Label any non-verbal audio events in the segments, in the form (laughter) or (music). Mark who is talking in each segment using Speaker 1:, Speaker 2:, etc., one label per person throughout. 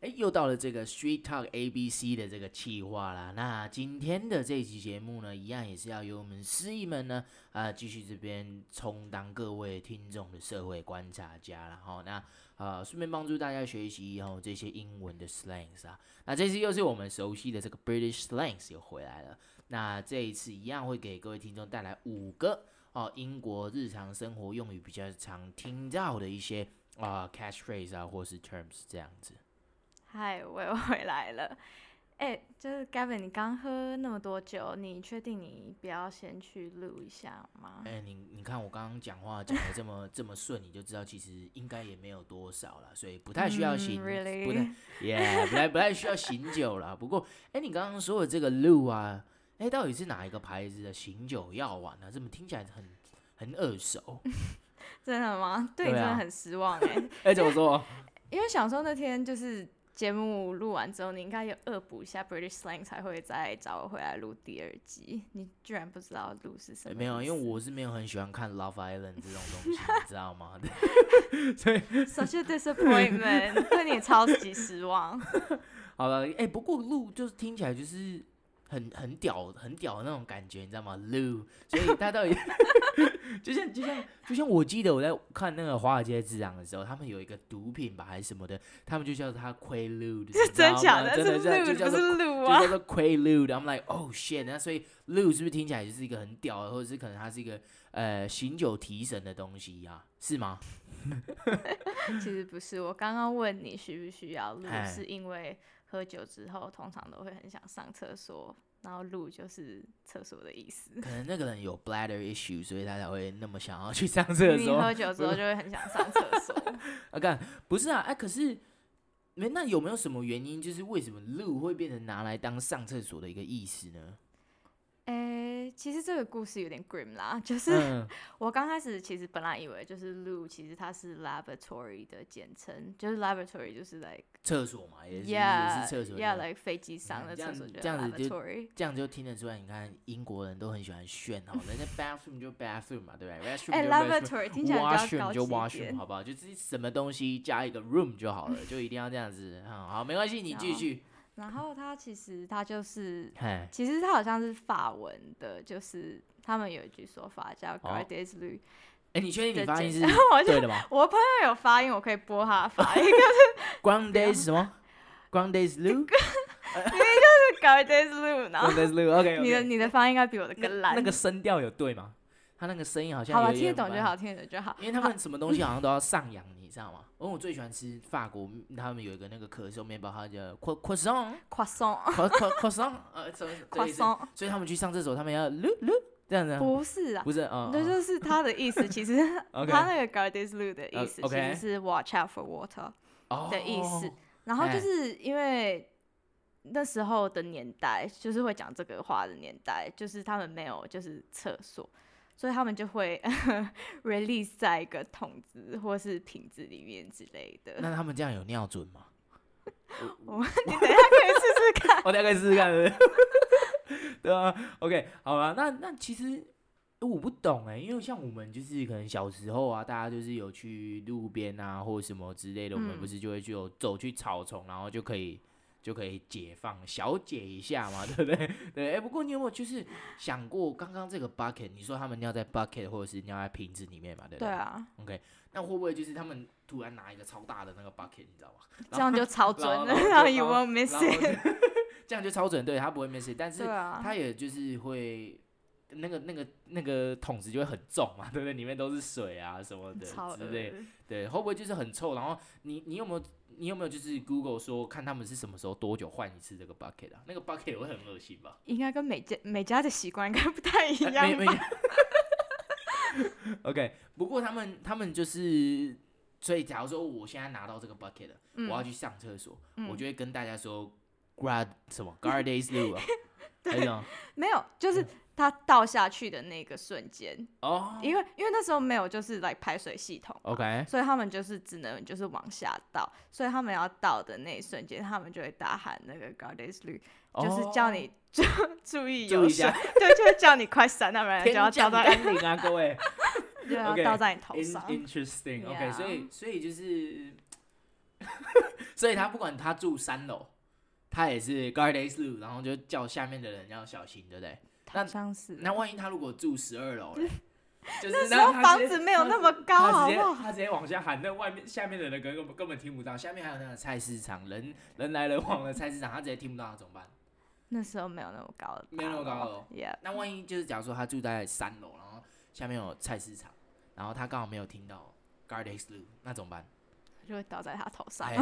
Speaker 1: 哎，又到了这个 Street Talk ABC 的这个企划啦。那今天的这一期节目呢，一样也是要由我们司仪们呢，啊、继续这边充当各位听众的社会观察家啦。哈。那呃，顺便帮助大家学习哦这些英文的 slangs 啊。那这次又是我们熟悉的这个 British slangs 又回来了。那这一次一样会给各位听众带来五个哦，英国日常生活用语比较常听到的一些啊、catchphrase 啊，或是 terms 这样子。
Speaker 2: 嗨，我又 (laughs) 回来了。哎、就是 Gavin，你刚喝那么多酒，你确定你不要先去录一下吗？ (laughs)
Speaker 1: 哎、你你看我刚刚讲话讲的这么这么顺，你就知道其实应该也没有多少了，所以不太需要
Speaker 2: 嗯
Speaker 1: 醒，
Speaker 2: really？
Speaker 1: 不太，耶，不太不太需要醒酒了。不过，哎、你刚刚说的这个露啊，哎、到底是哪一个牌子的醒酒药丸呢、啊？怎么听起来很很耳
Speaker 2: (laughs)
Speaker 1: 熟？
Speaker 2: 真的吗？对你
Speaker 1: 对
Speaker 2: 真
Speaker 1: 啊
Speaker 2: 的很失望哎、 (laughs)
Speaker 1: 哎、怎么说？
Speaker 2: 因为想说那天就是节目录完之后，你应该有恶补一下 British slang 才会再找我回来录第二集。你居然不知道录是什
Speaker 1: 哎
Speaker 2: 么意思？
Speaker 1: 没有，因为我是没有很喜欢看《Love Island》这种东西，你知道吗？
Speaker 2: such
Speaker 1: (laughs)
Speaker 2: a disappointment，对你也超级失望。
Speaker 1: 好了，哎、不过露就是听起来就是很很屌、很屌的那种感觉，你知道吗？露，所以他
Speaker 2: (laughs)
Speaker 1: 到底 (laughs) 就像就像就像我记得我在看那个《华尔街之狼》的时候，他们有一个毒品吧还是什么的，他们就叫它 Quaalude，你知道吗
Speaker 2: 是真假的？
Speaker 1: 真
Speaker 2: 是
Speaker 1: 的就
Speaker 2: l
Speaker 1: 叫
Speaker 2: 不
Speaker 1: 做
Speaker 2: 是录
Speaker 1: 就
Speaker 2: 啊
Speaker 1: 叫？做 Quaalude。I'm like oh shit，那所以 Lu 是不是听起来就是一个很屌的，或者是可能它是一个呃醒酒提神的东西呀、是吗？
Speaker 2: 其实不是，我刚刚问你需不需要录
Speaker 1: 哎，
Speaker 2: 是因为喝酒之后通常都会很想上厕所，然后录就是厕所的意思。
Speaker 1: 可能那个人有 bladder issue，所以他才会那么想要去上厕
Speaker 2: 你
Speaker 1: 所。
Speaker 2: 喝酒之后就会很想上厕所。
Speaker 1: 啊，干不是啊，哎、可是没那有没有什么原因，就是为什么路会变成拿来当上厕所的一个意思呢？
Speaker 2: 哎、其实这个故事有点 grim 啦，就是、
Speaker 1: 嗯，
Speaker 2: 我刚开始其实本来以为就是 l 其实它是 laboratory 的简称，就是 laboratory 就是 like
Speaker 1: 厕所嘛，也是也
Speaker 2: yeah
Speaker 1: 是厕所这
Speaker 2: yeah
Speaker 1: 样。
Speaker 2: like 飞机上
Speaker 1: 看
Speaker 2: 的
Speaker 1: 这
Speaker 2: 厕
Speaker 1: 样
Speaker 2: 所
Speaker 1: 子
Speaker 2: 就
Speaker 1: 这样子就
Speaker 2: laboratory。
Speaker 1: 这样就听得出来，你看英国人都很喜欢炫哈，人家 bathroom 就 bathroom 嘛，对
Speaker 2: (laughs)
Speaker 1: 不对？restroom
Speaker 2: 哎、
Speaker 1: 就
Speaker 2: l a b o
Speaker 1: restroom
Speaker 2: r a。t o r y 听起来比较
Speaker 1: washroom
Speaker 2: 高
Speaker 1: 就
Speaker 2: 级一
Speaker 1: washroom
Speaker 2: 点。
Speaker 1: 好不好？就是什么东西加一个 room 就好了，就一定要这样子。嗯、好，没关系，你继
Speaker 2: 好
Speaker 1: 续。
Speaker 2: 然后它其实它就是
Speaker 1: 嘿，
Speaker 2: 其实它好像是法文的，就是他们有一句说法叫 g a r d e s l u
Speaker 1: 哎，哦 (laughs) 你确定你发音是
Speaker 2: (laughs) 我就
Speaker 1: 对的吗
Speaker 2: 我朋友有发音，我可以播他的发
Speaker 1: (laughs)
Speaker 2: 音，就
Speaker 1: ？Ground days 什么？Ground
Speaker 2: (laughs)
Speaker 1: days Lou。
Speaker 2: 是 g a r d e s l u 然后
Speaker 1: Ground days Lou，OK。
Speaker 2: 你的你的发音应该比我的更
Speaker 1: 那
Speaker 2: 烂。
Speaker 1: 个声调有对吗？他那个声音好像
Speaker 2: 好吧，
Speaker 1: 有一
Speaker 2: 听得
Speaker 1: 点
Speaker 2: 懂就
Speaker 1: 慢，
Speaker 2: 好，听得懂就好。
Speaker 1: 因为他们什么东西好像都要上扬，你知道吗？因为我最喜欢吃法国，他们有一个那个可颂面包，它叫 croissant
Speaker 2: (laughs) croissant
Speaker 1: croissant croissant，呃，什么 (laughs) 对对
Speaker 2: 哦 croissant
Speaker 1: 所以他们去上厕所，他们要噜噜这样子啊，
Speaker 2: 不是啊，
Speaker 1: 不是啊，
Speaker 2: 那就是它的意思。其实
Speaker 1: (laughs) OK
Speaker 2: 它那个 g a r d e s l u 的
Speaker 1: 呃
Speaker 2: 意思其
Speaker 1: ，OK
Speaker 2: 实是 watch out for water。
Speaker 1: 哦
Speaker 2: 的意思。然后
Speaker 1: 哎
Speaker 2: 就是因为那时候的年代，就是会讲这个话的年代，就是他们没有就是厕所，所以他们就会 (laughs) release 在一个桶子或是瓶子里面之类的。
Speaker 1: 那他们这样有尿准吗？
Speaker 2: (laughs) 你等一下可以试试看。
Speaker 1: 我大概试试看是不是 (laughs) 对啊，OK，好了，那那其实我不懂哎、因为像我们就是可能小时候啊，大家就是有去路边啊或什么之类的，我们
Speaker 2: 嗯
Speaker 1: 不是就会去有走去草丛，然后就可以就可以解放小解一下嘛， (laughs) 对不对？对，哎、不过你有没有就是想过刚刚这个 bucket，你说他们尿在 bucket 或者是尿在瓶子里面嘛，对不
Speaker 2: 对啊，
Speaker 1: OK，那会不会就是他们突然拿一个超大的那个 bucket，你知道吗？
Speaker 2: 这样就超准啊了，然
Speaker 1: 然后
Speaker 2: 后 you won't miss
Speaker 1: 然后
Speaker 2: it。
Speaker 1: 这样就 (laughs) 超准，对他不会 miss it，但是
Speaker 2: 对啊，
Speaker 1: 它也就是会那个那个那个桶子就会很重嘛，对不对？里面都是水啊什么的
Speaker 2: 超
Speaker 1: 之类，
Speaker 2: 恶
Speaker 1: 对，会不会就是很臭？然后你你有没有你有没有就是 Google 说看他们是什么时候多久换一次这个 bucket 啊？那个 bucket 会很恶心吧？
Speaker 2: 应该跟每家每家的习惯应该不太
Speaker 1: (laughs)
Speaker 2: 一
Speaker 1: 哎没
Speaker 2: 样
Speaker 1: 没
Speaker 2: 吧？
Speaker 1: OK，不过他们他们就是，所以假如说我现在拿到这个 bucket，了、
Speaker 2: 嗯
Speaker 1: 我要去上厕所，我
Speaker 2: 嗯
Speaker 1: 就会跟大家说 grad 什么 guard days new 啊，
Speaker 2: (laughs)
Speaker 1: 还有什么
Speaker 2: 没有，就是它倒下去的那个瞬间，
Speaker 1: 嗯哦
Speaker 2: 因为因为那时候没有就是来排水系统，
Speaker 1: ，OK，
Speaker 2: 所以他们就是只能就是往下倒，所以他们要倒的那一瞬间，他们就会大喊那个 g a r d e s 绿，就是叫
Speaker 1: 哦
Speaker 2: 你注注意
Speaker 1: 注
Speaker 2: 有
Speaker 1: 意一
Speaker 2: 水
Speaker 1: 下，
Speaker 2: 对，就会叫你快闪，要不然就要
Speaker 1: 天降
Speaker 2: 倒在
Speaker 1: 甘霖啊，各
Speaker 2: (laughs)
Speaker 1: 位。
Speaker 2: 就要
Speaker 1: OK，
Speaker 2: 倒在你头
Speaker 1: In-
Speaker 2: 上。
Speaker 1: Interesting. OK，、
Speaker 2: Yeah
Speaker 1: 所以所以就是 (laughs) 所以他不管他住三楼，他也是 guard a s 然后就叫下面的人要小心，对不对？那
Speaker 2: 好像是
Speaker 1: 那万一他如果住十二楼嘞，就是
Speaker 2: 那时
Speaker 1: 那
Speaker 2: 候
Speaker 1: 他
Speaker 2: 房
Speaker 1: 直接
Speaker 2: 子没有
Speaker 1: 他
Speaker 2: 那么高，
Speaker 1: 他
Speaker 2: 好
Speaker 1: 直接
Speaker 2: 不好？
Speaker 1: 他直接往下喊，那外面下面的人根本根本听不到，下面还有那个菜市场，人人来人往的菜市场，他直接听不到，怎么办？
Speaker 2: 那时候没有那么高的，
Speaker 1: 没有那么高
Speaker 2: 了
Speaker 1: 哦。
Speaker 2: Yeah，
Speaker 1: 那万一就是假如说他住在三楼，然后下面有菜市场，然后他刚好没有听到 g a r d e s l u 那怎么办？
Speaker 2: 就会倒在他头上
Speaker 1: 哎。，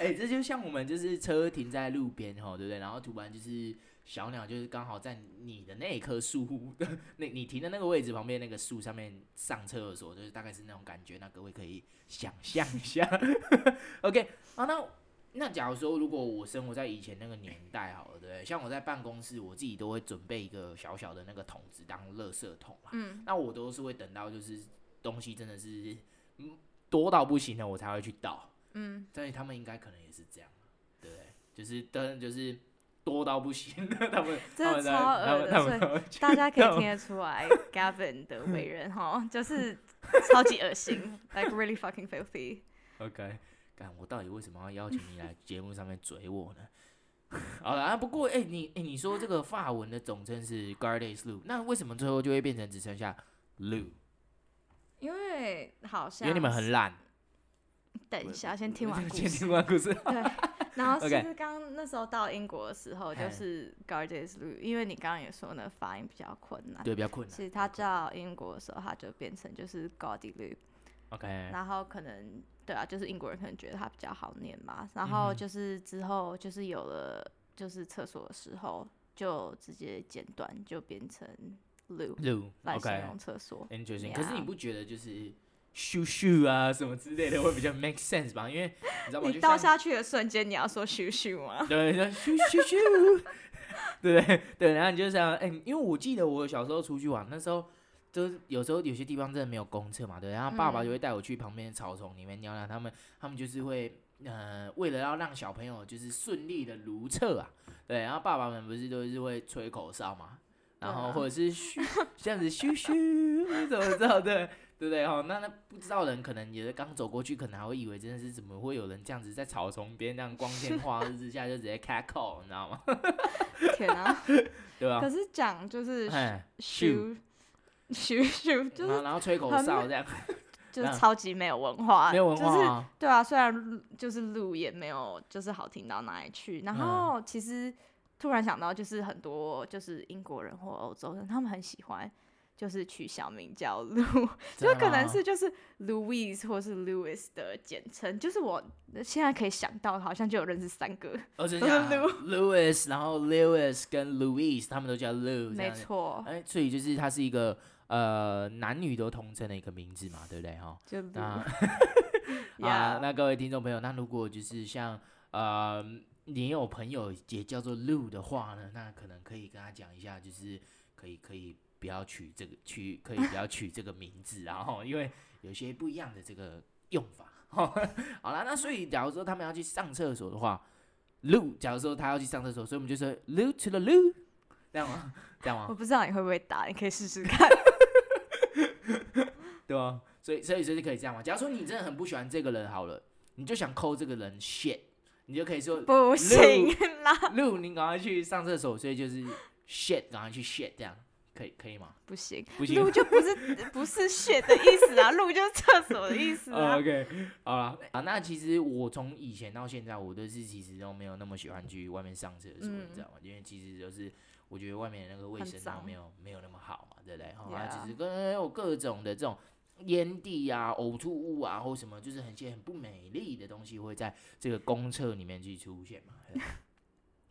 Speaker 1: 哎，这就像我们就是车停在路边吼，对不对？然后突然就是小鸟就是刚好在你的那一棵树， (laughs) 那你停的那个位置旁边那个树上面上厕所，就是大概是那种感觉，那各位可以想象一下。OK，好，那那假如说如果我生活在以前那个年代好了，对不对？像我在办公室，我自己都会准备一个小小的那个桶子当垃圾桶嘛。
Speaker 2: 嗯，
Speaker 1: 那我都是会等到就是东西真的是嗯多到不行了，我才会去倒。
Speaker 2: 嗯，
Speaker 1: 所以他们应该可能也是这样，啊对不对？就是等就是多到不行了，他们
Speaker 2: 真的
Speaker 1: 他们才
Speaker 2: 超恶
Speaker 1: 他们他
Speaker 2: 的
Speaker 1: 们才会去
Speaker 2: 大家可
Speaker 1: 那
Speaker 2: 以
Speaker 1: 我
Speaker 2: 听得出来 Gavin 的为人哈，就是
Speaker 1: (laughs)
Speaker 2: 超级恶心，like really fucking filthy。
Speaker 1: OK，干我到底为什么要邀请你来节目上面嘴我呢？ (laughs) 好了啊，不过哎、你哎、你说这个法文的总称是 g a r d e s l u 那为什么最后就会变成只剩下 lu？
Speaker 2: 因为好
Speaker 1: 因
Speaker 2: 像
Speaker 1: 为你们很懒。
Speaker 2: 等一下，先听完故
Speaker 1: 先
Speaker 2: 事。
Speaker 1: (laughs) 听完故
Speaker 2: (laughs)
Speaker 1: 事。
Speaker 2: 对，然后
Speaker 1: OK
Speaker 2: 其实刚刚那时候到英国的时候，
Speaker 1: 嘿
Speaker 2: 就是 Guardians Blue，因为你刚刚也说呢，发音比较困难。
Speaker 1: 对，比较困难。
Speaker 2: 其实他到英国的时候，他就变成就是 g a u d i l u
Speaker 1: OK，
Speaker 2: 然后可能对啊，就是英国人可能觉得它比较好念嘛。然后就是之后就是有了就是厕所的时候，就直接简短就变成 lu
Speaker 1: 路
Speaker 2: 来形
Speaker 1: OK
Speaker 2: 容厕所。
Speaker 1: Interesting，、
Speaker 2: Yeah
Speaker 1: 可是你不觉得就是咻咻啊什么之类的会比较 make sense 吧？因为你知道吗？
Speaker 2: 你
Speaker 1: 就
Speaker 2: 倒
Speaker 1: 像
Speaker 2: 下去的瞬间，你要说咻咻吗？
Speaker 1: 对，就咻咻咻， (laughs) 对对对，然后你就想，哎、因为我记得我小时候出去玩，那时候就是有时候有些地方真的没有公厕嘛，对，然后爸爸就
Speaker 2: 嗯
Speaker 1: 会带我去旁边的草丛里面尿尿，他们他们就是会。呃，为了要让小朋友就是顺利的如厕啊，对，然后爸爸们不是都是会吹口哨嘛，然
Speaker 2: 对
Speaker 1: 后
Speaker 2: 啊
Speaker 1: 或者是嘘这样子咻咻，怎么知道 (laughs) 对对不对？哦，那那不知道的人可能也是刚走过去，可能还会以为真的是怎么会有人这样子在草丛边这样光天化日之下就直接开口，你知道吗？ (laughs)
Speaker 2: 天啊！
Speaker 1: 对吧
Speaker 2: 可？是讲就是
Speaker 1: 哎，啊
Speaker 2: 咻咻咻，就
Speaker 1: 然后
Speaker 2: 是
Speaker 1: 然后吹口
Speaker 2: 很
Speaker 1: 哨这样，
Speaker 2: 就是
Speaker 1: 嗯
Speaker 2: 超级没有文化，
Speaker 1: 没有文
Speaker 2: 就是
Speaker 1: 化啊，
Speaker 2: 对啊，虽然就是路也没有就是好听到哪里去，然
Speaker 1: 嗯
Speaker 2: 后其实突然想到，就是很多就是英国人或欧洲人，他们很喜欢就是取小名叫路，
Speaker 1: 真
Speaker 2: 就
Speaker 1: 的啊
Speaker 2: 可能
Speaker 1: 吗
Speaker 2: 是就是 Louis 或是 Louis 的简称，就是我现在可以想到，好像就有认识三个，
Speaker 1: 哦，真
Speaker 2: 都是
Speaker 1: 的
Speaker 2: (laughs)
Speaker 1: 啊 Louis，然后 Lewis 跟 Louis 他们都叫 Lou，这
Speaker 2: 没
Speaker 1: 样子。
Speaker 2: 错，
Speaker 1: 哎，所以就是它是一个呃男女都通称的一个名字嘛，对不对哈？
Speaker 2: 就
Speaker 1: 那
Speaker 2: (laughs) Lou，
Speaker 1: 啊， (laughs)
Speaker 2: 呀，
Speaker 1: 那各位听众朋友，那如果就是像呃，你有朋友也叫做 Lu 的话呢，那可能可以跟他讲一下，就是可以可以不要取这个取，可以不要取这个名字啊，然后因为有些不一样的这个用法。 (laughs) 好啦，那所以假如说他们要去上厕所的话，Lu，假如说他要去上厕所，所以我们就说 Lu to the Lu，这样吗？这样吗
Speaker 2: 我？不知道你会不会打，你可以试试看。
Speaker 1: 对啊，所以所以所以可以这样嘛。假如说你真的很不喜欢这个人好了，你就想抠这个人 shit，你就可以说
Speaker 2: 不行啦，
Speaker 1: 露，你赶快去上厕所，所以就是 shit，赶快去 shit，这样可以可以吗？
Speaker 2: (laughs) 不行，
Speaker 1: 不行
Speaker 2: 路就不是不是 shit 的意思
Speaker 1: (laughs)
Speaker 2: 啊，路就是厕所的意思啊。
Speaker 1: o k 好了啊。那其实我从以前到现在，我都是其实都没有那么喜欢去外面上厕所，
Speaker 2: 嗯
Speaker 1: 你知道吗？因为其实就是我觉得外面的那个卫
Speaker 2: 很
Speaker 1: 生都
Speaker 2: 脏
Speaker 1: 没有没有那么好嘛，对不对？好
Speaker 2: Yeah
Speaker 1: 啊，其实跟有各种的这种。烟蒂啊、呕吐物啊，或什么，就是很些很不美丽的东西会在这个公厕里面去出现嘛。对吧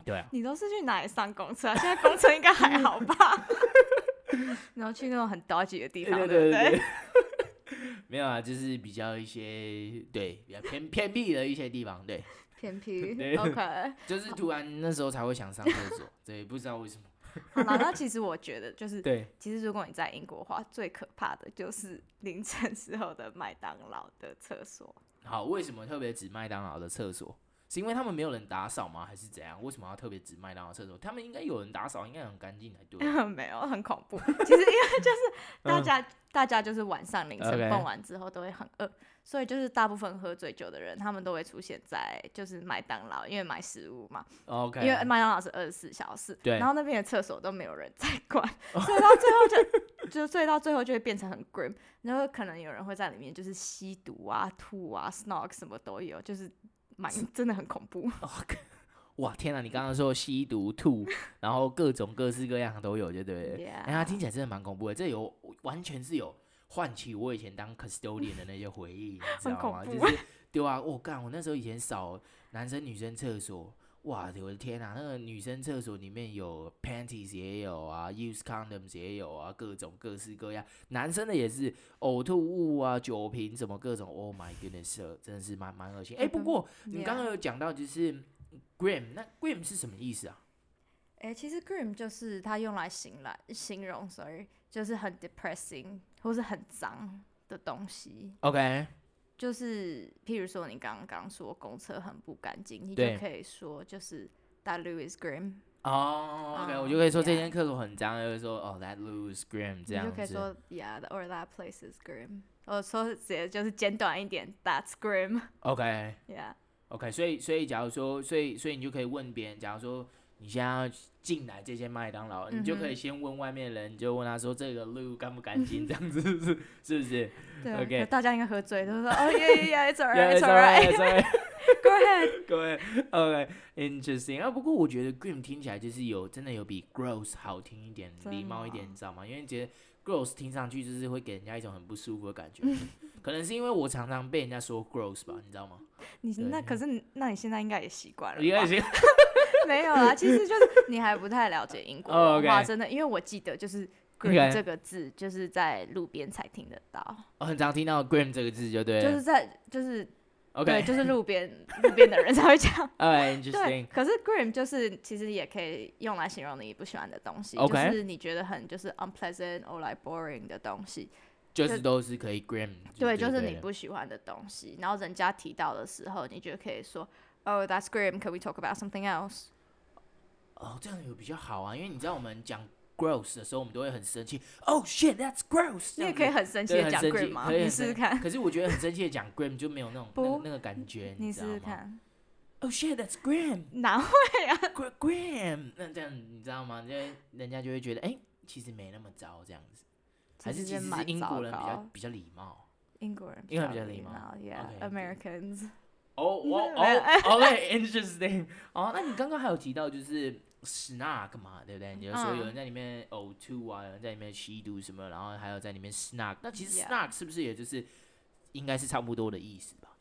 Speaker 1: (laughs) 对啊，
Speaker 2: 你都是去哪里上公厕啊？现在公厕应该还好吧？ (laughs) 然后去那种很 dodgy 的地
Speaker 1: 对
Speaker 2: 方，不
Speaker 1: 对 (laughs)
Speaker 2: 对？
Speaker 1: 没有啊，就是比较一些对比较偏偏僻的一些地方，对，
Speaker 2: (laughs) 偏僻
Speaker 1: 对
Speaker 2: OK，
Speaker 1: 就是突然那时候才会想上厕所，对，不知道为什么，
Speaker 2: 好啦，那其实我觉得就
Speaker 1: (laughs)
Speaker 2: 是，
Speaker 1: 对，
Speaker 2: 其实如果你在英国的话，最可怕的就是凌晨时候的麦当劳的厕所，
Speaker 1: 好，为什么特别指麦当劳的厕所？是因为他们没有人打扫吗？还是怎样？为什么要特别指麦当劳厕所？他们应该有人打扫，应该很干净才 (laughs) 对。
Speaker 2: (laughs) 没有，很恐
Speaker 1: (laughs)
Speaker 2: 怖。其实因为就是大家、大家就是晚上凌晨
Speaker 1: 嗯 OK
Speaker 2: 蹦完之后都会很饿所以就是大部分喝醉酒的人，他们都会出现在就是麦当劳，因为买食物嘛，
Speaker 1: 哦 OK，
Speaker 2: 因为麦当劳是二十四小时，
Speaker 1: 对
Speaker 2: 然后那边的厕所都没有人在
Speaker 1: (laughs)
Speaker 2: 管，所以到最后就就所以到最后就会变成很 grim，然后可能有人会在里面就是吸毒啊、吐啊、snog 什么都有，就是蛮真的很恐怖。
Speaker 1: 哇天啊哪、你刚刚说吸毒、吐，然后各种各式各样的都有，就对了。哎、呀，
Speaker 2: Yeah，
Speaker 1: 听起来真的蛮恐怖的，这有完全是有唤起我以前当 custodian 的那些回忆，你知
Speaker 2: 很
Speaker 1: 道
Speaker 2: 恐
Speaker 1: 吗？
Speaker 2: 怖
Speaker 1: 就是对啊，我、干，我那时候以前扫男生女生厕所，哇，我的天啊，那个女生厕所里面有 panties 也有啊，use condoms 也有啊，各种各式各样，男生的也是呕吐物啊、酒瓶什么各种，Oh my goodness，真的是蛮蛮恶心。哎、不过你刚刚
Speaker 2: 嗯 Yeah
Speaker 1: 有讲到就是 grim，那 grim 是什么意思啊？
Speaker 2: 哎、其实 grim 就是它用来形来形容，sorry，就是很 depressing 或是很脏的东西。
Speaker 1: OK，
Speaker 2: 就是譬如说你刚刚说公厕很不干净，你
Speaker 1: 对
Speaker 2: 就可以说就是 that Louis grim，
Speaker 1: 哦、o k
Speaker 2: 嗯
Speaker 1: 我就可以说这
Speaker 2: ，yeah
Speaker 1: 间厕所很脏，就会说哦、t h a t looks grim 这
Speaker 2: 你就
Speaker 1: 样
Speaker 2: 可以
Speaker 1: 子。
Speaker 2: 说 yeah or that place is grim，我说直接就是简短一点，that's (laughs) grim，yeah。
Speaker 1: OK OK，所以所以假如说，所以所以你就可以问别人，假如说你现在要进来这间麦当劳，你就
Speaker 2: 嗯
Speaker 1: 可以先问外面的人，你就问他说这个路干不干净，这样子是不是是不
Speaker 2: (laughs)
Speaker 1: 是
Speaker 2: 对
Speaker 1: OK
Speaker 2: 可大家应该喝醉，都说哦 yeah yeah yeah
Speaker 1: Yeah,
Speaker 2: it's alright
Speaker 1: it's
Speaker 2: it's alright
Speaker 1: alright，it's alright
Speaker 2: (laughs) go ahead，
Speaker 1: (laughs) 各位，OK，interesting 啊。不过我觉得 grim 听起来就是有真的有比 gross 好听一点、
Speaker 2: 真的哦
Speaker 1: 礼貌一点，你知道吗？因为觉得 gross 听上去就是会给人家一种很不舒服的感觉，
Speaker 2: 嗯
Speaker 1: (laughs) 可能是因为我常常被人家说 gross 吧，你知道吗？
Speaker 2: 你那
Speaker 1: 对
Speaker 2: 可是你那你现在应该也习惯了吧，
Speaker 1: 应该是
Speaker 2: (laughs) 没有啊啦，其实就是你还不太了解英国
Speaker 1: 哦
Speaker 2: 文
Speaker 1: ，OK
Speaker 2: 化，真的，因为我记得就
Speaker 1: OK
Speaker 2: 是。grim 这个字就是在路边才听得到，
Speaker 1: (laughs) 我很常听到 grim 这个字，就对
Speaker 2: 就
Speaker 1: 了
Speaker 2: 是在就是对，
Speaker 1: OK，
Speaker 2: 就是路边路边的人才会讲。
Speaker 1: (laughs) 哎
Speaker 2: 对，
Speaker 1: ，interesting，
Speaker 2: 可是 grim 就是其实也可以用来形容你不喜欢的东西
Speaker 1: OK
Speaker 2: 就是你觉得很就是 unpleasant or like boring 的东西，
Speaker 1: 就是都是可以 grim，
Speaker 2: 对，就是
Speaker 1: 对
Speaker 2: 你
Speaker 1: 了
Speaker 2: 不喜欢的东西。然后人家提到的时候，你就可以说，Oh, that's grim. Can we talk about something else?
Speaker 1: 哦，这样有比较好啊，因为你知道我们讲 gross 的时候，我们都会很生气，Oh shit，that's gross，这
Speaker 2: 你也
Speaker 1: 样
Speaker 2: 可以
Speaker 1: 子
Speaker 2: 很生气
Speaker 1: 对
Speaker 2: 的
Speaker 1: 很
Speaker 2: 讲
Speaker 1: 生气
Speaker 2: grim 吗？
Speaker 1: 可以
Speaker 2: 你
Speaker 1: 很
Speaker 2: 试
Speaker 1: 生 (laughs)
Speaker 2: 试看，
Speaker 1: 可是我觉得很生气的讲 grim 就没有那种那个
Speaker 2: 不
Speaker 1: 那个感觉，
Speaker 2: 你
Speaker 1: 知
Speaker 2: 试
Speaker 1: 道吗
Speaker 2: 试看，
Speaker 1: ？Oh shit, that's
Speaker 2: (laughs)
Speaker 1: grim,
Speaker 2: 哪会
Speaker 1: gr- grim。那这样你知道吗？就会人家就会觉得，哎、其实没那么糟这样子，还是
Speaker 2: 其
Speaker 1: 其
Speaker 2: 实
Speaker 1: 实是
Speaker 2: 蛮
Speaker 1: 英
Speaker 2: 糟
Speaker 1: 国人比较
Speaker 2: 糕
Speaker 1: 比较礼
Speaker 2: (laughs)
Speaker 1: 貌。
Speaker 2: 英国人
Speaker 1: 英国人比较
Speaker 2: 比较
Speaker 1: 礼
Speaker 2: 礼
Speaker 1: 貌
Speaker 2: 貌
Speaker 1: ，OK， (laughs)
Speaker 2: ，Yeah，Americans。
Speaker 1: 哦哦
Speaker 2: (laughs) 没有
Speaker 1: 哦，OK，interesting。哦， (laughs) 那你刚刚还有提到就是史那干嘛，对不对？你就说有
Speaker 2: 嗯
Speaker 1: 人在里面呕吐啊，有人在里面吸毒什么，然后还有在里面 snack。那其实
Speaker 2: Yeah
Speaker 1: snack 是不是也就是应该是差不多的意思吧？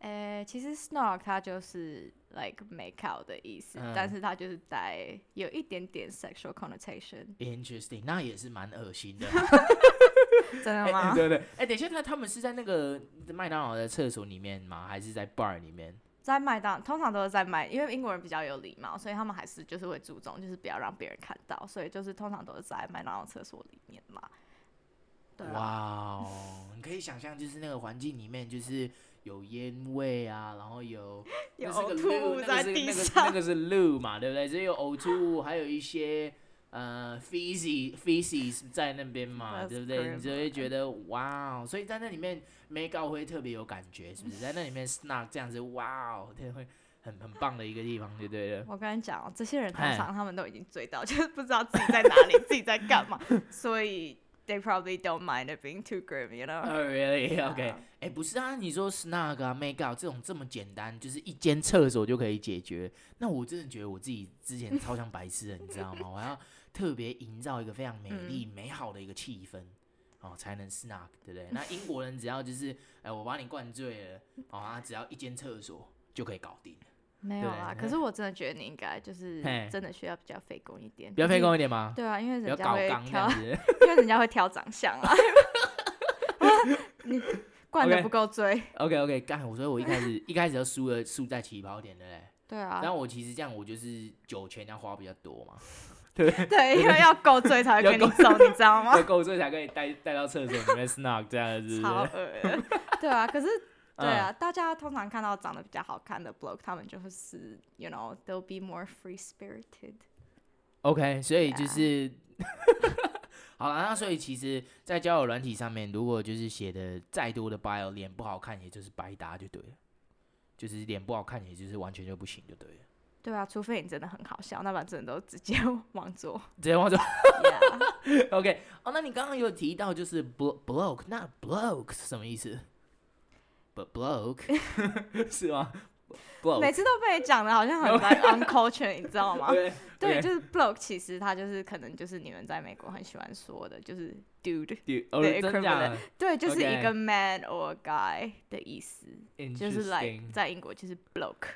Speaker 2: 呃，其实 snog 它就是 like make out 的意思，但
Speaker 1: 嗯
Speaker 2: 是它就是带有一点点
Speaker 1: (laughs)
Speaker 2: sexual connotation，
Speaker 1: Interesting，那也是蛮恶心
Speaker 2: (laughs)
Speaker 1: 的。
Speaker 2: 真的
Speaker 1: 哎
Speaker 2: 吗？
Speaker 1: 对 (laughs) 对，哎、等一下，那他们是在那个麦当劳的厕所里面吗？还是在 bar 里面？
Speaker 2: (laughs) 在麦当通常都是在麦，因为英国人比较有礼貌，所以他们还是就是会注重就是不要让别人看到，所以就是通常都是在麦当劳厕所里面嘛。对啊，
Speaker 1: 哇哦，你可以想象，就是那个环境里面，就是有烟味啊，然后有
Speaker 2: 有
Speaker 1: 那是个 loo，
Speaker 2: 呕吐物
Speaker 1: 那个
Speaker 2: 在
Speaker 1: 是
Speaker 2: 地
Speaker 1: 那个那
Speaker 2: 上，
Speaker 1: 个是 loo 嘛，对不对？所以有呕吐物，还有一些呃 feces feces 在那边嘛，
Speaker 2: That's
Speaker 1: 对不对？你就
Speaker 2: grim
Speaker 1: 会觉得哇哦，所以在那里面 make out 会特别有感觉，是不是？在那里面 snack 这样子，哇哦，天会很很棒的一个地方，就对
Speaker 2: (laughs)
Speaker 1: 了。
Speaker 2: 我跟你讲、哦，这些人通
Speaker 1: 嗨
Speaker 2: 常他们都已经醉到， (laughs) 就是不知道自己在哪里，自己在
Speaker 1: (laughs)
Speaker 2: 干嘛，所以 they probably don't mind it being too grim，you know？
Speaker 1: Oh, really? (laughs) OK，
Speaker 2: Yeah.
Speaker 1: 哎、不是啊，你说 snug 啊、make out 这种这么简单，就是一间厕所就可以解决，那我真的觉得我自己之前超像白痴的，你知道吗？我还要特别营造一个非常美丽、
Speaker 2: 嗯
Speaker 1: 美好的一个气氛。哦，才能 snug，对不对？那英国人只要就是，哎、我把你灌醉了，哦，啊，只要一间厕所就可以搞定了，
Speaker 2: 没有
Speaker 1: 对
Speaker 2: 啦，
Speaker 1: 嗯
Speaker 2: 可是我真的觉得你应该就是
Speaker 1: 嘿
Speaker 2: 真的需要比较费工一点，
Speaker 1: 比较
Speaker 2: 毕
Speaker 1: 费
Speaker 2: 竟。
Speaker 1: 工一点吗？
Speaker 2: 对啊，因为
Speaker 1: 比较
Speaker 2: 人家
Speaker 1: 搞
Speaker 2: 会
Speaker 1: 刚这
Speaker 2: 挑
Speaker 1: 样，子。
Speaker 2: 因为人家会挑长相啊。 (laughs) 你灌的
Speaker 1: OK
Speaker 2: 不够醉。
Speaker 1: OK OK，干， (laughs) 我所以我一开始一开始就输了，输在起跑点，对不对？
Speaker 2: 对啊，
Speaker 1: 但我其实这样，我就是酒钱要花比较多嘛，
Speaker 2: 对，因为要够醉才会
Speaker 1: 要
Speaker 2: 跟
Speaker 1: 够
Speaker 2: 你走，你知
Speaker 1: (laughs)
Speaker 2: 道吗
Speaker 1: 要？够醉才可以带带到厕所里面 snug 这样子。
Speaker 2: 超恶的。对啊，可是
Speaker 1: 嗯
Speaker 2: 对啊，大家通常看到长得比较好看的 bloke，他们就是，you know，they'll be more free spirited。
Speaker 1: OK，所以就
Speaker 2: Yeah
Speaker 1: 是 (laughs) 好了。那所以其实，在交友软体上面，如果就是写的再多的 bio，脸不好看，也就是白搭就对了，就是脸不好看，也就是完全就不行就对了。
Speaker 2: 对啊，除非你真的很好笑，那不然真的都直接往左。
Speaker 1: 直接忘记
Speaker 2: Yeah，
Speaker 1: (laughs) OK 哦。那你刚刚有提到就是 blo bloke，那 bloke 是什么意思？b bloke (laughs) 是吗
Speaker 2: (laughs) 每
Speaker 1: ？bloke
Speaker 2: 次都被讲的好像很 like unculture，你知道吗？
Speaker 1: 对
Speaker 2: (laughs) 对，
Speaker 1: OK
Speaker 2: 就是 bloke，其实它就是可能就是你们在美国很喜欢说的，就是 dude，
Speaker 1: 对哦，
Speaker 2: 对
Speaker 1: 真假的
Speaker 2: 对，就是一
Speaker 1: OK
Speaker 2: 个 man or guy 的意思，就是 like
Speaker 1: Interesting
Speaker 2: 在英国就是 (laughs) bloke。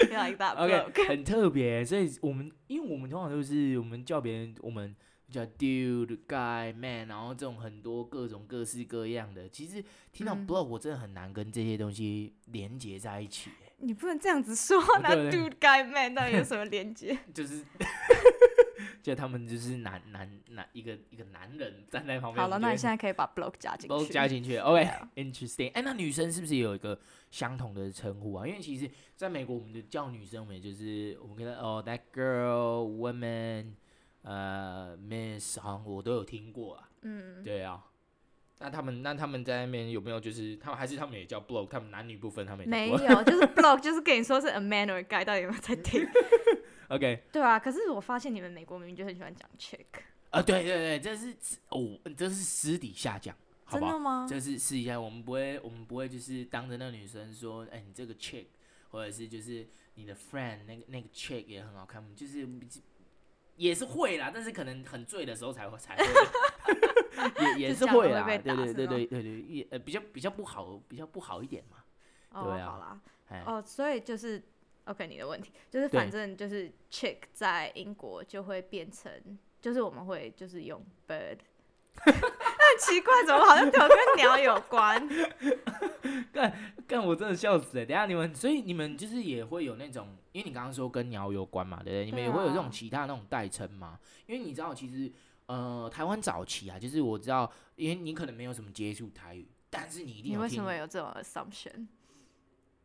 Speaker 2: You like that bloke？
Speaker 1: OK，很特别，所以我们因为我们通常都是我们叫别人，我们叫 dude、guy、man，然后这种很多各种各式各样的。其实听到
Speaker 2: 嗯
Speaker 1: blog，我真的很难跟这些东西连接在一起，欸
Speaker 2: 你不能这样子说，那
Speaker 1: (laughs) 对
Speaker 2: dude guy man 到底有什么连
Speaker 1: (laughs)
Speaker 2: 接？
Speaker 1: 就是
Speaker 2: (laughs)
Speaker 1: 就他们就是男男男一个一个男人站在旁边。
Speaker 2: 好了，
Speaker 1: 我
Speaker 2: 那
Speaker 1: 们
Speaker 2: 你
Speaker 1: 觉
Speaker 2: 现
Speaker 1: 得
Speaker 2: 在可以把 bloke 加进
Speaker 1: 都
Speaker 2: 去。啊
Speaker 1: 加进去，OK。
Speaker 2: Yeah
Speaker 1: Interesting，哎、那女生是不是也有一个相同的称呼啊？因为其实在美国，我们就叫女生，我们也就是我们跟她哦，that girl、woman、呃，miss，好像我都有听过啊。
Speaker 2: 嗯，
Speaker 1: 对啊，那他们那他们在那边有没有就是他们还是他们也叫 bloke，他们男女不分，他们
Speaker 2: 没
Speaker 1: 也叫 bloke。
Speaker 2: 有，
Speaker 1: (laughs)
Speaker 2: 就是 bloke，就是跟你说是 a man or a guy，到底有没有在听？
Speaker 1: OK，
Speaker 2: 对啊，可是我发现你们美国明明就很喜欢讲 chick，
Speaker 1: 啊，对对对，这是哦，这是私底下讲，好
Speaker 2: 真
Speaker 1: 不好
Speaker 2: 的？吗？
Speaker 1: 这是试一下，我们不会，我们不会就是当着那女生说，哎、你这个 chick，或者是就是你的 friend 那个那个 chick 也很好看，我们就是也是会啦，但是可能很醉的时候才会才会，
Speaker 2: (laughs)
Speaker 1: 也也
Speaker 2: 就是这样
Speaker 1: 会
Speaker 2: 会
Speaker 1: 啦，
Speaker 2: 被
Speaker 1: 对
Speaker 2: 打
Speaker 1: 对
Speaker 2: 是
Speaker 1: 对
Speaker 2: 吗
Speaker 1: 对对对，也呃比较比较不好，比较不好一点嘛，
Speaker 2: 哦
Speaker 1: 对，啊
Speaker 2: 好啦，
Speaker 1: 哎，
Speaker 2: 哦，所以就是 OK，你的问题就是
Speaker 1: 对
Speaker 2: 反正就是 chick 在英国就会变成，就是我们会就是用 bird。很奇怪，怎么好像都有跟鸟有关？
Speaker 1: 干我真的笑死了，欸等一下你们，所以你们就是也会有那种，因为你刚刚说跟鸟有关嘛，对不对？你们
Speaker 2: 对
Speaker 1: 也会有这
Speaker 2: 啊
Speaker 1: 种其他那种代称吗？因为你知道，其实呃，台湾早期啊，就是我知道，因为你可能没有什么接触台语，但是你一定
Speaker 2: 你
Speaker 1: 有
Speaker 2: 为什
Speaker 1: 听。
Speaker 2: 么有这种 assumption？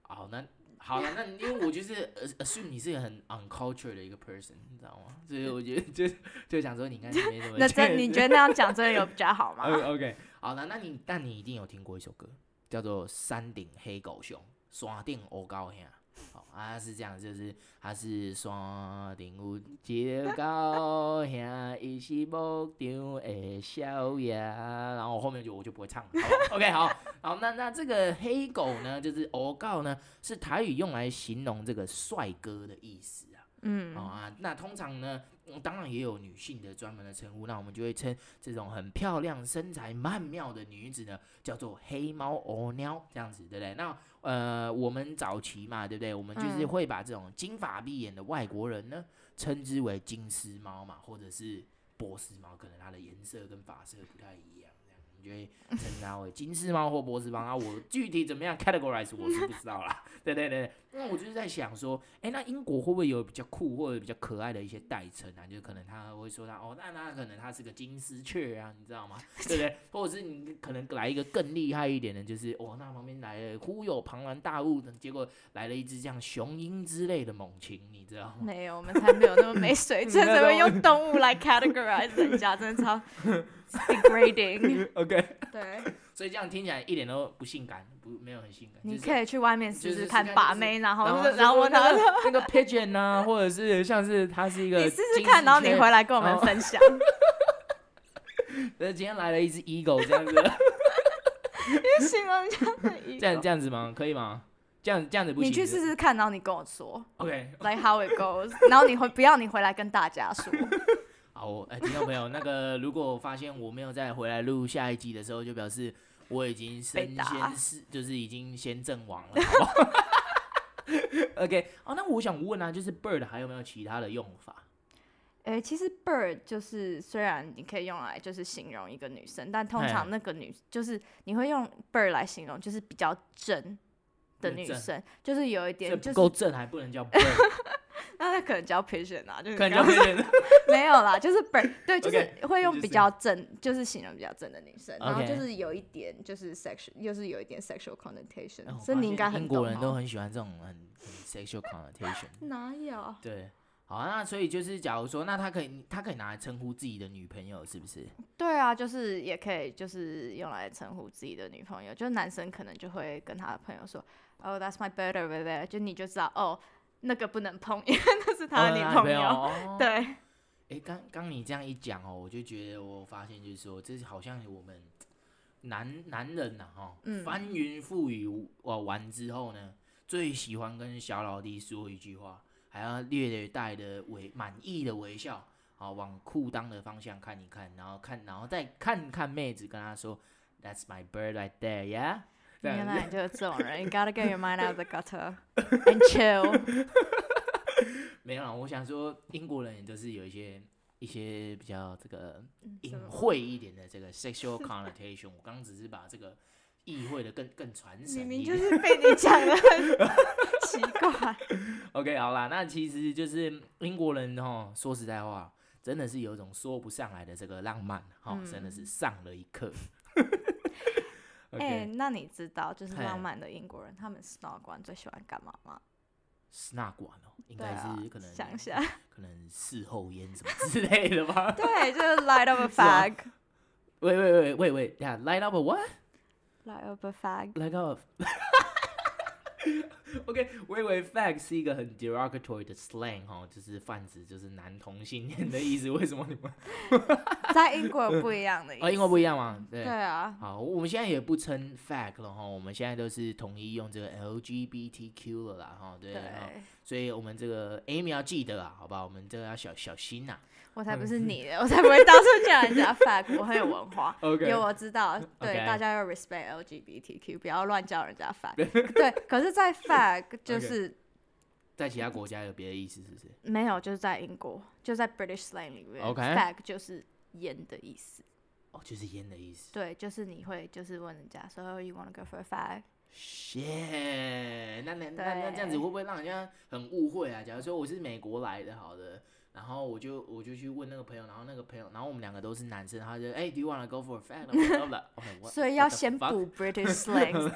Speaker 1: 好，那好了，那因为我就是 (laughs) assume 你是个很 uncultured 的一个 person，你知道吗？所以我觉得就就想说，你应该是没什么
Speaker 2: (laughs) 那
Speaker 1: 见识。
Speaker 2: 真
Speaker 1: (laughs)
Speaker 2: 你觉得那样讲真的有比较好吗？
Speaker 1: o OK，好了，那你但你一定有听过一首歌，叫做《山顶黑狗熊》，山顶黑狗兄。好、啊，是这样，就是他是山顶有一个狗兄，伊是牧场的小爷。然后我后面就我就不会唱了。好不好 (laughs) OK，好，好，那那这个黑狗呢，就是黑狗呢，是台语用来形容这个帅哥的意思啊。
Speaker 2: 嗯
Speaker 1: 哦，啊，那通常呢，嗯当然也有女性的专门的称呼，那我们就会称这种很漂亮、身材曼妙的女子呢，叫做黑猫哦喵，这样子，对不对？那呃，我们早期嘛，对不对？我们就是
Speaker 2: 嗯
Speaker 1: 会把这种金发碧眼的外国人呢，称之为金丝猫嘛，或者是波斯猫，可能它的颜色跟发色不太一样，这样我们就会称它为金丝猫或波斯猫。啊，我具体怎么样 categorize 我是不知道啦。对对对，对那我就是在想说，哎、那英国会不会有比较酷或者比较可爱的一些代称啊？就是可能他会说他哦，那那可能他是个金丝雀啊，你知道吗？对不对？或者是你可能来一个更厉害一点的，就是哦，那旁边来了忽有庞然大物，结果来了一只这样雄鹰之类的猛禽，你知
Speaker 2: (laughs)
Speaker 1: 道吗？
Speaker 2: 没有，我们才没有那么没
Speaker 1: (laughs)
Speaker 2: 水准，
Speaker 1: 那
Speaker 2: 怎么
Speaker 1: 种
Speaker 2: 用动物来 categorize 人家，真
Speaker 1: (laughs)
Speaker 2: 的超 degrading。
Speaker 1: OK，
Speaker 2: 对，
Speaker 1: 所以这样听起来一点都不性感，不没有很性感。
Speaker 2: 你
Speaker 1: 就是
Speaker 2: 可以去外面试
Speaker 1: 就是
Speaker 2: 试
Speaker 1: 试
Speaker 2: 看
Speaker 1: 看
Speaker 2: 把
Speaker 1: 就是
Speaker 2: 妹，然
Speaker 1: 然
Speaker 2: 后
Speaker 1: 后
Speaker 2: 然后我
Speaker 1: 那
Speaker 2: 拿
Speaker 1: 个那个 pigeon 啊，或者是像是它是一个
Speaker 2: 你试试
Speaker 1: 金
Speaker 2: 看，
Speaker 1: 丝
Speaker 2: 然后你
Speaker 1: 雀
Speaker 2: 回来跟我们
Speaker 1: 然后 (laughs)
Speaker 2: 分享。
Speaker 1: 呃，今天来了一只 eagle 这样子，
Speaker 2: 形容人家的一
Speaker 1: 这样
Speaker 2: 个。
Speaker 1: 这样子吗？可以吗？这样这样子不行。
Speaker 2: 哦你去试试看，然后你跟我说
Speaker 1: OK，
Speaker 2: ，like how it goes，然后你回不要你回来跟大家说，
Speaker 1: 好，我哎，听众朋友，那个如果我发现我没有再回来录下一集的时候，就表示我已经身
Speaker 2: 被打
Speaker 1: 先是，就是已经先阵亡了，好不好 (laughs) ？OK，哦，那我想问啊，就是 bird 还有没有其他的用法？
Speaker 2: 诶、其实 bird 就是虽然你可以用来就是形容一个女生，但通常
Speaker 1: 嘿
Speaker 2: 那个女就是你会用 bird 来形容，就是比较正的
Speaker 1: 嗯
Speaker 2: 女
Speaker 1: 正
Speaker 2: 生，就是有一
Speaker 1: 这
Speaker 2: 点就
Speaker 1: 不
Speaker 2: 是 (laughs)
Speaker 1: 够正还不能叫 bird，
Speaker 2: 那他可能叫 patient 啊，就是
Speaker 1: 可能
Speaker 2: 刚
Speaker 1: 叫
Speaker 2: 刚说
Speaker 1: patient (laughs)
Speaker 2: 没有啦，就是本对，就是
Speaker 1: OK，
Speaker 2: 会用比
Speaker 1: 就是
Speaker 2: 较正，就是形容比较正的女生，然后
Speaker 1: OK
Speaker 2: 就是有一点就是 sexual，又是有一点 sexual connotation，
Speaker 1: 哎我
Speaker 2: 所以
Speaker 1: 发
Speaker 2: 你应
Speaker 1: 现
Speaker 2: 该很
Speaker 1: 英国
Speaker 2: 懂
Speaker 1: 人都
Speaker 2: 哦。
Speaker 1: 很喜欢这种很很 sexual connotation。
Speaker 2: 哪有？
Speaker 1: 对，好，啊那所以就是，假如说，那他可以，他可以拿来称呼自己的女朋友，是不是？
Speaker 2: 对啊，就是也可以，就是用来称呼自己的女朋友。就是男生可能就会跟他的朋友说，Oh, that's my better baby，就你就知道哦，那个不能碰，因为那是他
Speaker 1: 哦
Speaker 2: 的女
Speaker 1: 那
Speaker 2: 朋
Speaker 1: 友。
Speaker 2: 友。
Speaker 1: 哦
Speaker 2: 对，
Speaker 1: 哎，刚刚你这样一讲哦，我就觉得我发现就是说，这好像我们男男人呐、哈、
Speaker 2: 嗯
Speaker 1: 翻云覆雨哇完之后呢，最喜欢跟小老弟说一句话，还要略带的微满意的微笑，好往裤裆的方向看一看，然后看，然后再看看妹子，跟她说，That's my bird right there, yeah。这样
Speaker 2: 原
Speaker 1: 子
Speaker 2: 来你就是这种人。You gotta get your mind out of the
Speaker 1: (laughs)
Speaker 2: gutter and chill。
Speaker 1: 没有啦，我想说英国人也都是有一些一些比较这个隐
Speaker 2: 嗯什么
Speaker 1: 晦一点的这个 sexual connotation。我刚刚只是把这个意会的更更传 (laughs) 神
Speaker 2: 明
Speaker 1: 一
Speaker 2: 明就
Speaker 1: 点。
Speaker 2: 是被你讲的很
Speaker 1: (laughs)
Speaker 2: 奇怪。
Speaker 1: OK，好啦，那其实就是英国人哦，说实在话，真的是有一种说不上来的这个浪漫哈、
Speaker 2: 嗯
Speaker 1: 哦真的是上了一
Speaker 2: (laughs)
Speaker 1: 课。OK，、
Speaker 2: 哎、那你知道就是
Speaker 1: 嘿
Speaker 2: 浪漫的英国人，他们 snog 完最喜欢干嘛吗？
Speaker 1: s n a g 完哦，应
Speaker 2: 对
Speaker 1: 该
Speaker 2: 啊
Speaker 1: 是可能、
Speaker 2: 想一下，。
Speaker 1: 可能事后烟什么之类的吧 (laughs)
Speaker 2: 对，就是 light up a
Speaker 1: 是啊
Speaker 2: fag，light
Speaker 1: 喂喂喂喂喂，等下 light up a what？
Speaker 2: up a fag。
Speaker 1: Like a (laughs) OK，我以为 fag 是一个很 derogatory 的 slang 哈，就是泛指就是男同性恋的 (laughs) 意思。为什么你们
Speaker 2: 在英国有不一样的意思。
Speaker 1: 啊？英文不一样吗？对。
Speaker 2: 对啊，
Speaker 1: 好，我们现在也不称 fag 了哈，我们现在都是统一用这个 LGBTQ 了啦哈，对啊
Speaker 2: 对，
Speaker 1: 哈所以我们这个 Amy 要记得啊，好吧，我们这个要小小心啊呐、
Speaker 2: 我才不
Speaker 1: 嗯 (laughs)
Speaker 2: 是你的，我才不会到处叫人家 fag，我很有文化。
Speaker 1: OK 嗯
Speaker 2: 有我知道，对
Speaker 1: OK
Speaker 2: 大家要 respect LGBTQ，不要乱叫人家
Speaker 1: (laughs)
Speaker 2: fag。对，可是，在 fag 就是
Speaker 1: 在其他国家有别的意思是不是？
Speaker 2: 没有，就是在英国，就在 British slang 里面
Speaker 1: OK
Speaker 2: fag 就是烟的意思。
Speaker 1: 哦，就是烟的意思。
Speaker 2: 对，就是你会就是问人家说、oh, you wanna go for a fag，
Speaker 1: shit，那那那那这样子会不会让人家很误会啊？假如说我是美国来的，好的，然后我就我就去问那个朋友，然后那个朋友，然后我们两个都是男生，他就哎、d o you wanna go for a fag？我说了，
Speaker 2: 所以要先补 British slang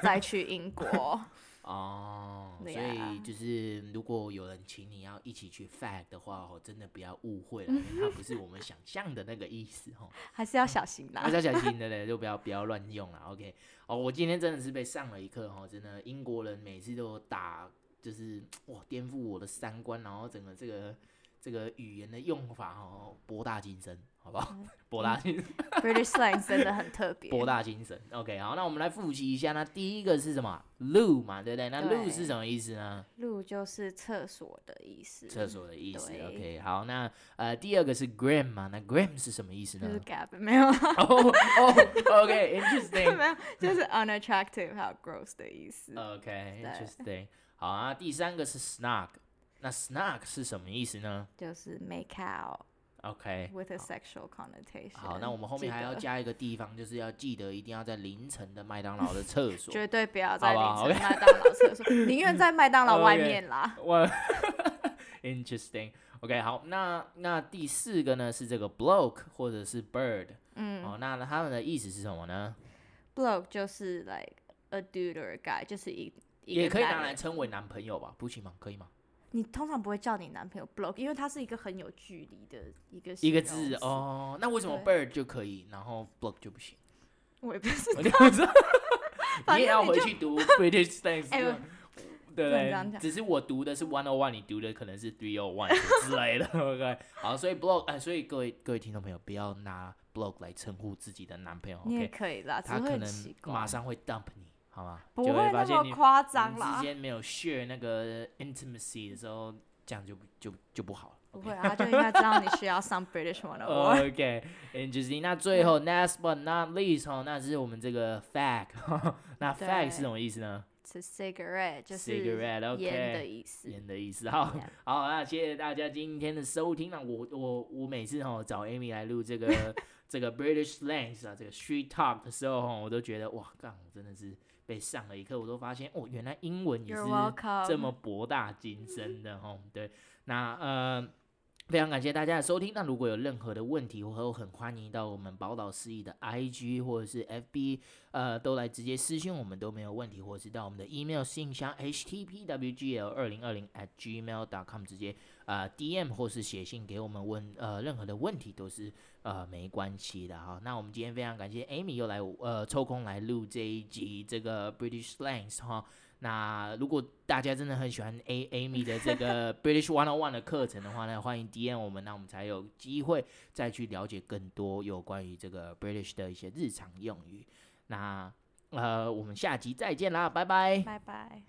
Speaker 1: (laughs)
Speaker 2: 再去英国。
Speaker 1: 哦。所
Speaker 2: 对
Speaker 1: 以
Speaker 2: 啊
Speaker 1: 就是如果有人请你要一起去 fag 的话，哦，真的不要误会了，因为它不是我们想象的那个意思哦。
Speaker 2: 还是要小心啦
Speaker 1: 大。 (laughs) 家小心的嘞，就不要不要乱用了。OK，哦，我今天真的是被上了一课哦，真的英国人每次都打，就是哇颠覆我的三观，然后整个这个这个语言的用法哦，博大精深，好不
Speaker 2: 嗯
Speaker 1: 好？ (laughs) 博大精
Speaker 2: British slang 真的很特别。
Speaker 1: 博大精深。OK，好，那我们来复习一下，那第一个是什么？loo 嘛，对不对？那 loo
Speaker 2: 对
Speaker 1: 是什么意思呢？
Speaker 2: 路就是厕所的意思，
Speaker 1: 厕所的意思。
Speaker 2: 对
Speaker 1: OK，好，那呃第二个是 gram 嘛，那 gram 是什么意思
Speaker 2: 就是
Speaker 1: (laughs) 呢？
Speaker 2: gap 没有啊，
Speaker 1: 哦哦，OK，interesting。
Speaker 2: (laughs) 没有，就是 unattractive 还有 gross 的意思。
Speaker 1: OK,
Speaker 2: 对
Speaker 1: interesting. 好啊，第三个是 snug。那 snug 是什么意思呢
Speaker 2: 就是 make out
Speaker 1: ？OK，
Speaker 2: with a sexual connotation。
Speaker 1: 好，那我们后面还要
Speaker 2: 记得
Speaker 1: 加一个地方，就是要记得一定要在凌晨的麦当劳的厕
Speaker 2: (laughs)
Speaker 1: 所。
Speaker 2: 绝对不要在凌
Speaker 1: 好吧
Speaker 2: 晨麦当劳厕所，宁愿在麦当劳
Speaker 1: OK
Speaker 2: 外面啦。
Speaker 1: (laughs) 哇，interesting。OK，好，那那第四个呢是这个 bloke 或者是 bird。
Speaker 2: 嗯
Speaker 1: 哦，那他们的意思是什么呢？
Speaker 2: ，bloke 就是 like a dude or a guy，就是一一个
Speaker 1: 也可以
Speaker 2: 男
Speaker 1: 拿来
Speaker 2: 人
Speaker 1: 称为男朋友吧？不行吗？可以吗？
Speaker 2: 你通常不会叫你男朋友 bloke，因为它是一个很有距离的一个
Speaker 1: 一个
Speaker 2: 形容
Speaker 1: 字
Speaker 2: 词。
Speaker 1: 哦，那为什么 bird 就可以，然后 bloke 就不行？
Speaker 2: 我也不是，
Speaker 1: (laughs) 我就知
Speaker 2: (laughs)
Speaker 1: 道，
Speaker 2: 反正
Speaker 1: 你也要
Speaker 2: 你
Speaker 1: 回
Speaker 2: 就
Speaker 1: 去读 British Science，
Speaker 2: 哎我
Speaker 1: 对
Speaker 2: 不能这样
Speaker 1: 不对？
Speaker 2: 讲
Speaker 1: 只是我读的是 one o one，你读的可能是 three o
Speaker 2: (laughs)
Speaker 1: one 之类的。OK，好，所以 blog，哎、所以各位各位听众朋友，不要拿 blog 来称呼自己的男朋友
Speaker 2: 你也
Speaker 1: ，OK？
Speaker 2: 可以啦，只
Speaker 1: 他
Speaker 2: 会
Speaker 1: 可
Speaker 2: 很
Speaker 1: 能
Speaker 2: 奇怪。
Speaker 1: 马上会 dump 你，好吗？
Speaker 2: 不
Speaker 1: 就
Speaker 2: 会
Speaker 1: 发
Speaker 2: 那
Speaker 1: 现你
Speaker 2: 么夸张
Speaker 1: 你们
Speaker 2: 啦
Speaker 1: 之，间没有 share 那个 intimacy 的时候，这样就不就就不好了。
Speaker 2: 不会啊，他就应该知道你需要上
Speaker 1: (laughs)
Speaker 2: British One (laughs) o n
Speaker 1: OK，interesting。那
Speaker 2: 嗯
Speaker 1: 最后 last but not least 哦，那是我们这个 fag，那 (laughs) fag
Speaker 2: 对
Speaker 1: 是什么意思呢？
Speaker 2: 是 cigarette，就是
Speaker 1: Cigarette，OK
Speaker 2: 烟的意思。
Speaker 1: 人的意思。好
Speaker 2: Yeah
Speaker 1: 好，那谢谢大家今天的收听啊！我我我每次哈找 Amy 来录这哦
Speaker 2: (laughs)
Speaker 1: 个这个 British slangs 啊，这个 street talk 的时候哈，我都觉得哇，干，我真的是。被上了一课，我都发现哦，原来英文也是
Speaker 2: You're welcome
Speaker 1: 这么博大精深的哦。对，那呃。非常感谢大家的收听。那如果有任何的问题，我很欢迎到我们宝岛司仪的 IG 或者是 FB，呃，都来直接私信我们都没有问题，或者是到我们的 email 信箱 htpwgl 二零二零 at gmail.com 直接呃 DM 或是写信给我们问呃任何的问题都是呃没关系的哈。那我们今天非常感谢 Amy 又来呃抽空来录这一集这个 British slangs 哈。那如果大家真的很喜欢 A Amy 的这个 British One on One 的课程的话呢，欢迎 DM 我们，那我们才有机会再去了解更多有关于这个 British 的一些日常用语。那呃，我们下集再见啦，拜拜。
Speaker 2: 拜拜。